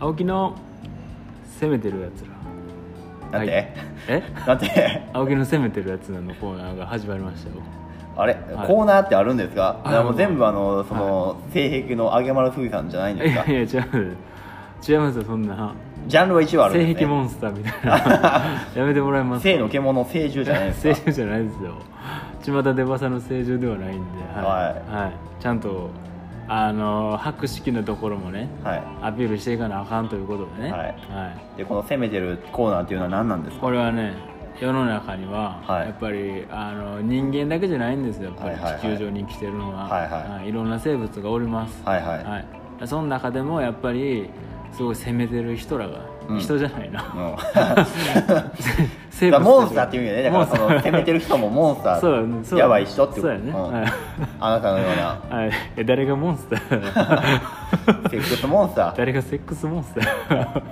青木の攻めてるやつらなんて、はいえなんて青木の攻めてるやつらのコーナーが始まりましたよあれ、はいコーナーってあるんですかあいやもう全部あのその、性癖のあげまるふぎさんじゃないんでいすかやいや違う違いますよそんなジャンルは一応あるん性です、ね、癖モンスターみたいな やめてもらいます性の獣性獣じゃないです成か獣じゃないですよ巷で噂の成獣ではないんで、はいはいちゃんとあの博識のところもねはアピールしていかなあかんということでね、はいはいいでこの攻めてるコーナーっていうのは何なんですかこれはね世の中にははいやっぱり、あの人間だけじゃないんですよやっぱりはいはいはい地球上に生きてるのは、はいはいいろんな生物がおります、はいはい、はいその中でもやっぱりすごい攻めてる人らが、うん人じゃないなうん 生だから物モンスターっていう意味でねだモかンらスそターの攻めてる人もモンスタそうだーねそうだねやばい人ってそうやね、んはいあなたのようなはい、え誰がモンスタ ーセックスモンス ター誰がセックスモンスター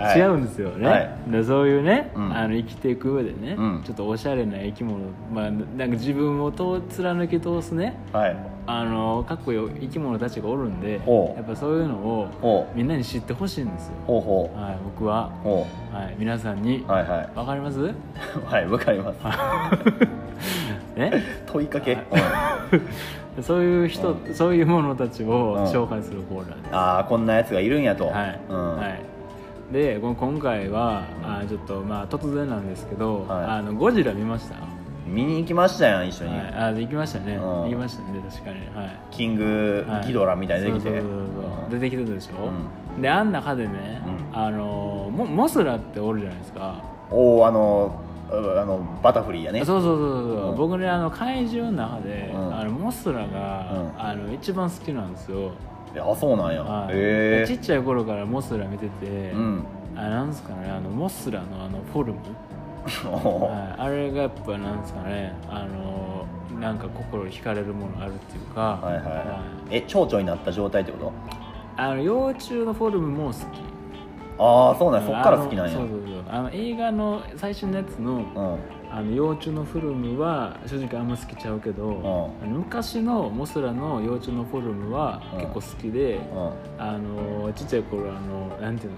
はい違うんですよね、はいでそういうね、うんあの生きていく上でね、うんちょっとおしゃれな生き物、まあ、なんか自分をと貫き通すねはいあのかっこいい生き物たちがおるんでほうやっぱそういうのをほうみんなに知ってほしいんですよ、ほうほうはい、僕は、ほはい、皆さんにうわ、はいはかります いはいわかりますね問いかけ、はいうんそういう人、そういうものたちをうん紹介するコーナーですああこんなやつがいるんやと、はい、うんはい、でこ今回はあちょっとまあ突然なんですけど、はいあのゴジラ見ました、見に行きましたやん一緒に、はい、あ行きましたねうん行きましたね確かにはいキングはいギドラみたいに出てきて、そうそうそうそううん出てきてたでしょ、であん中でね、うあのモモスラっておるじゃないですか、おおあのあのバタフリーやねそうそうそうそう、うん僕ねあの怪獣の中で、うんあのモスラが、うんあの一番好きなんですよ、いやあそうなんやはいへちっちゃい頃からモスラ見てて、えうん あなんですかねあのモスラのあのフォルムおーはいあれがやっぱなんですかねあのなんか心惹かれるものあるっていうか、はいはい、はいえ蝶々になった状態ってこあの幼虫のフォルムも好きとああそうなんやそっから好きなんやあのそうそうそうあの映画の最新のやつのうんあの幼虫のフォルムは正直あんま好きちゃうけど、う昔のモスラの幼虫のフォルムはうん結構好きで、うんあのちっちゃい頃あのなんていうの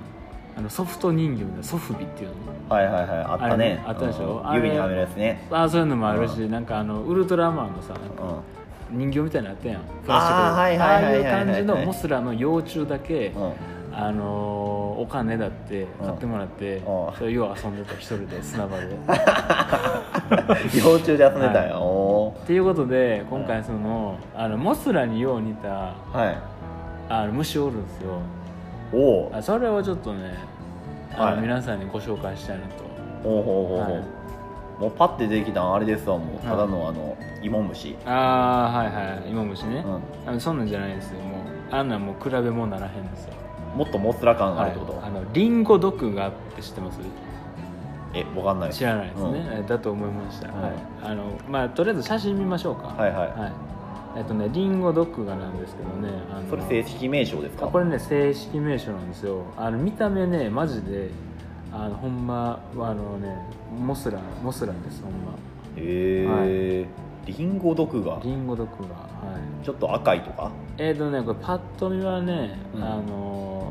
あのソフト人形みたいなソフビっていうのはいはいはいあったねあれあったでしょうんあれ指にはめるやつねあそういうのもあるし、なんかあのウルトラマンのさなんかうん人形みたいなのあったやんプあーはいあはいあはいいうはいはい感じのモスラの幼虫だけ、うん あのーお金だって買ってもらって、うんそれよう遊んでた一人で砂場で幼虫で遊んでたんはいやおっていうことで今回そのあのモスラによう似たーはいあの虫おるんですよおおあそれをちょっとねあの、はい皆さんにご紹介したいなとおうほうほうほう、はいもうパッてできたんあれですわもういただのあの芋虫ああはいはい芋虫ね、うんあのそんなんじゃないですよもうあんなんもう比べ物ならへんですよもっとモスラ感があるってこと、はい、あのリンゴ毒があって知ってますえわかんないです知らないですね、うんえだと思いました、うんはいあのまあとりあえず写真見ましょうか、はいいはい、えっとねリンゴドッグがなんですけどねあのそれ正式名称ですあかこれね正式名称なんですよあの見た目ねマジであのほんまはあのねモスラモスラですほんまへえリンゴ毒がリンゴドッグがはいちょっと赤いと かえっ、とねこれパッと見はね、うんあの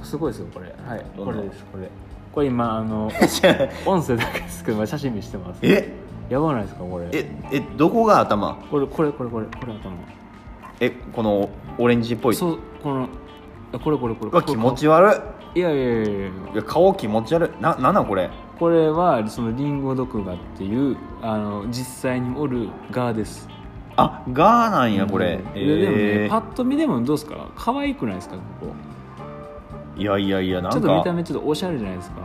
すごいですよこれはいどんこなれですこれこれ今あの 音声だけですけどまあ写真見してますえやばないですかこれええどこが頭これこれこれこれこれ頭えこのオレンジっぽいそうこのあこれこれこれうわこれ気持ち悪いいやいやいやいやいや顔気持ち悪いななんなんこれこれはそのリンゴ毒ガっていうあの実際におるガですあガーなんやこれ、うんででもねえパッと見でもどうですか可愛くないですかここいやいやいやなちょんっと見たか目ちょっとおしゃれじゃないですか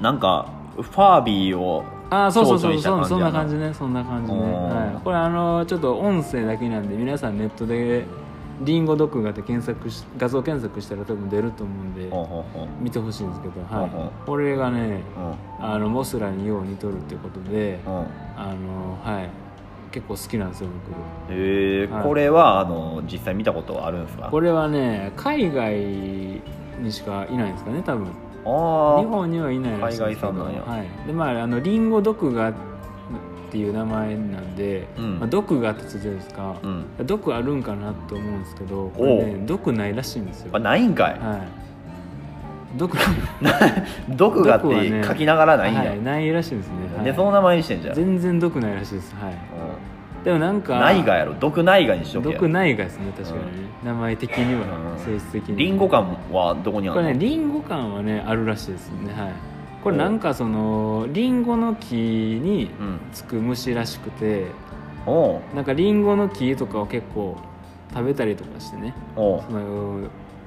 なんかファービーをああそうそうそ蝶々うにしそうそた感じんやな感じねそんな感じね、うんはい、これあのちょっと音声だけなんで皆さんネットでリンゴ毒ガって検索し画像検索したら多分出ると思うんでほんほんほん見てほしいんですけど、はいうんうんこれがねうんあのモスラによう似とるってことで、うんあのはい結構好きなんですよえーはいこれはあの実際見たことはあるんですか僕これはね海外にしかいないんですかね多分あ日ー本にはいないらしいですけど海外産なんやはい、でまああのリンゴ毒ガっていう名前なんで、うんまあ、毒ガってついてるんですかう、ん毒あるんかなと思うんですけどこれね毒ないらしいんですよあないんかい、は毒が 毒がって毒はね書きながらないんや、はい、ないらしいんですね、はいでその名前にしてんじゃん、全然毒ないらしいですはいでもなんかないがやろ毒ないがにしとけや毒ないがですね確かにね、名前的には、うん性質的にはリンゴ感はどこにあこるのれねリンゴ感はねあるらしいですねはいこれなんかそのリンゴの木にうんつく虫らしくておうなんかリンゴの木とかを結構食べたりとかしてねおうその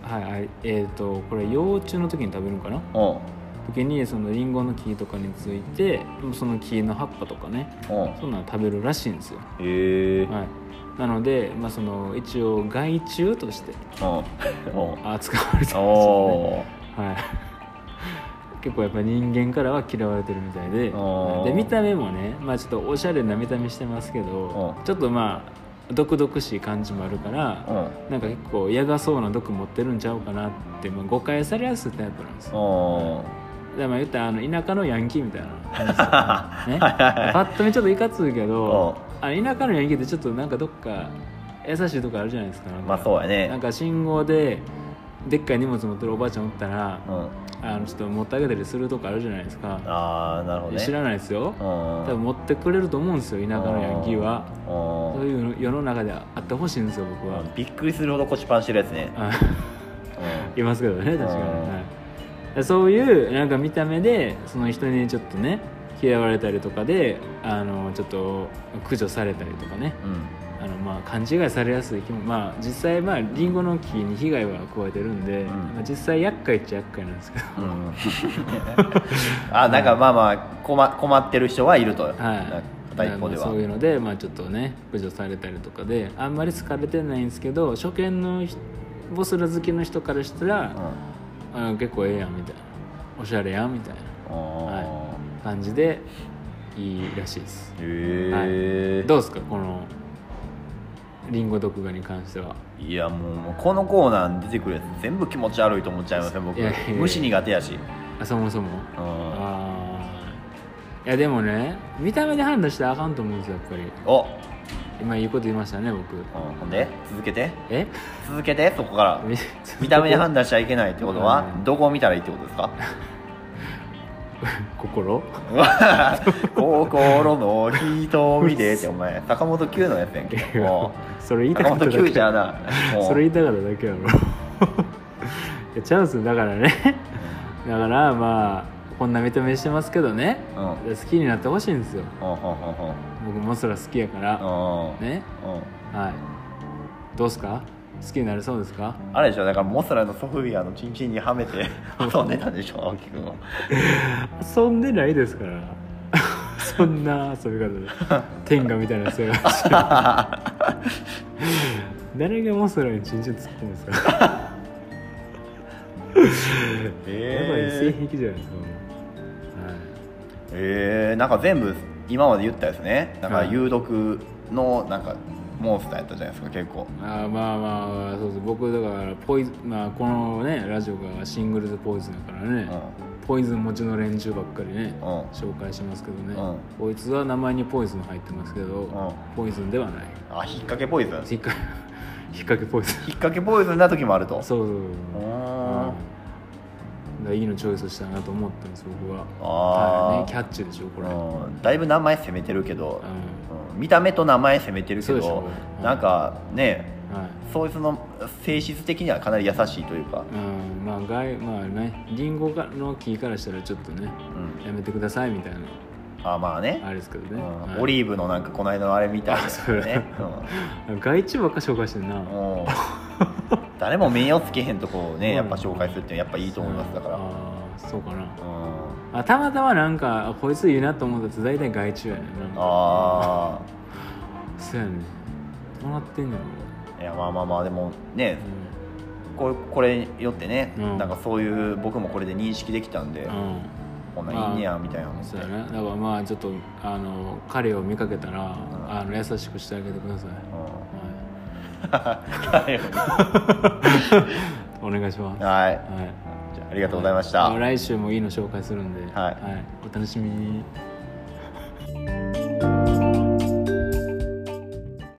はいあいえっ、とこれ幼虫の時に食べるのかなおう時にそのリンゴの木とかについてその木の葉っぱとかねおうそんなの食べるらしいんですよ、へえはい、なので、まあ、その一応害虫としておう おう扱われてるんですよねおはい、 結構やっぱ人間からは嫌われてるみたいでおーで見た目もね、まあ、ちょっとおしゃれな見た目してますけどうちょっとまあ毒々しい感じもあるからうなんか結構嫌がそうな毒持ってるんちゃうかなって、まあ、誤解されやすいタイプなんですおよおでまあ言ったらあの田舎のヤンキーみたいな感じですよね はいねはいパッと見ちょっといかついけおうどあの田舎のヤンキーってちょっとなんかどっか優しいとこあるじゃないですかなんか まあそうやねなんか信号ででっかい荷物持ってるおばあちゃんおったらうんあのちょっと持ってあげたりするとこあるじゃないですかああなるほどね知らないですようん多分持ってくれると思うんですよ田舎のヤンキーはうんそういう世の中であってほしいんですよ僕はうんびっくりするほど腰パンしてるやつねあうんいますけどね確かに、うんはい、そういうなんか見た目でその人にちょっとね嫌われたりとかであのちょっと駆除されたりとかねうんあのまあ勘違いされやすい気もまあ実際まあリンゴの木に被害は加えてるんで、んまあ実際厄介っちゃ厄介なんですけどうん あなんかまあまあ困困ってる人はいると、は、ない片一方でまあは、そういうので、まあ、ちょっとね駆除されたりとかであんまり好かれてないんですけど初見のひボスラ好きの人からしたら、あ結構ええやんみたいなおしゃれやんみたいなうんあ感じでいいらしいですーへえ、、どうですかこのリンゴ毒ガに関してはいやもうもうこのコーナーに出てくるやつ全部気持ち悪いと思っちゃいますね僕いやいやいや虫苦手やし、あそもそもうん、おあーいやでもね見た目で判断したらあかんと思うんですよやっぱり今いいこと言いましたね僕うんほんで続けてえ続けてそこからみ見た目で判断しちゃいけないってことは、うんどこを見たらいいってことですか 心 心の瞳でってお前坂本九のやつやんけもうそれ言いた坂かった本だけ九じゃな もうそれ言いたかっただけやろ いやチャンスだからね だからまあこんな見た目してますけどねうんうんうん好きになってほしいんですようん僕モスラ好きやからうんうんねうんはいどうすか好きになれそうですかあれでしょだからモスラのソフビアのチンチンにはめ て遊んでたんでしょ青木君は遊んでないですから そんな遊び 方で天下みたいな 世界誰がモスラにチンチン突っ込むんですかやばい性えー、癖じゃないですか、はい、えー、なんか全部今まで言ったやつねなんかはい有毒のなんかモンスターやったじゃないですか結構あーまあまあそうそう僕だからポイズまあこのねラジオがシングルズポイズンだからね、ポイズン持ちの連中ばっかりね、うん紹介しますけどね、うんこいつは名前にポイズン入ってますけど、んポイズンではないあ引っ掛けポイズン引っか 引っ掛けポイズン引っ掛けポイズンな時もあるとそうそうそううーんうんだからいいのチョイスしたなと思ったんです僕はあーはいね、キャッチでしょこれ、うんうんだいぶ名前攻めてるけど、うん見た目と名前攻めてるけそうでしどょうんなんかねはいそいつの性質的にはかなり優しいというか、うんまあ外まあねリンゴの木からしたらちょっとねうん、やめてくださいみたいなあまあねあれですけどね、うんはいオリーブのなんかこの間のあれみたいあなそうね外地ばっか紹介してんな、うんもう誰も名誉つけへんとこをねうんやっぱ紹介するってやっぱいいと思いますだからうんあーそうかなあたまたまなんかあこいついいなと思ったやつ大体外地やねんなあそうやねんどうなってんの、あいやまあまあまあでもねうこれこれによってねうんなんかそういう僕もこれで認識できたんでんこんなんいいねやみたいなうのんってそうやねだからまあちょっとあの彼を見かけたら、んあの優しくしてあげてください、はうい、お願いしますんはいはいじゃあありがとうございました来週もいいの紹介するんで、はいお楽しみに。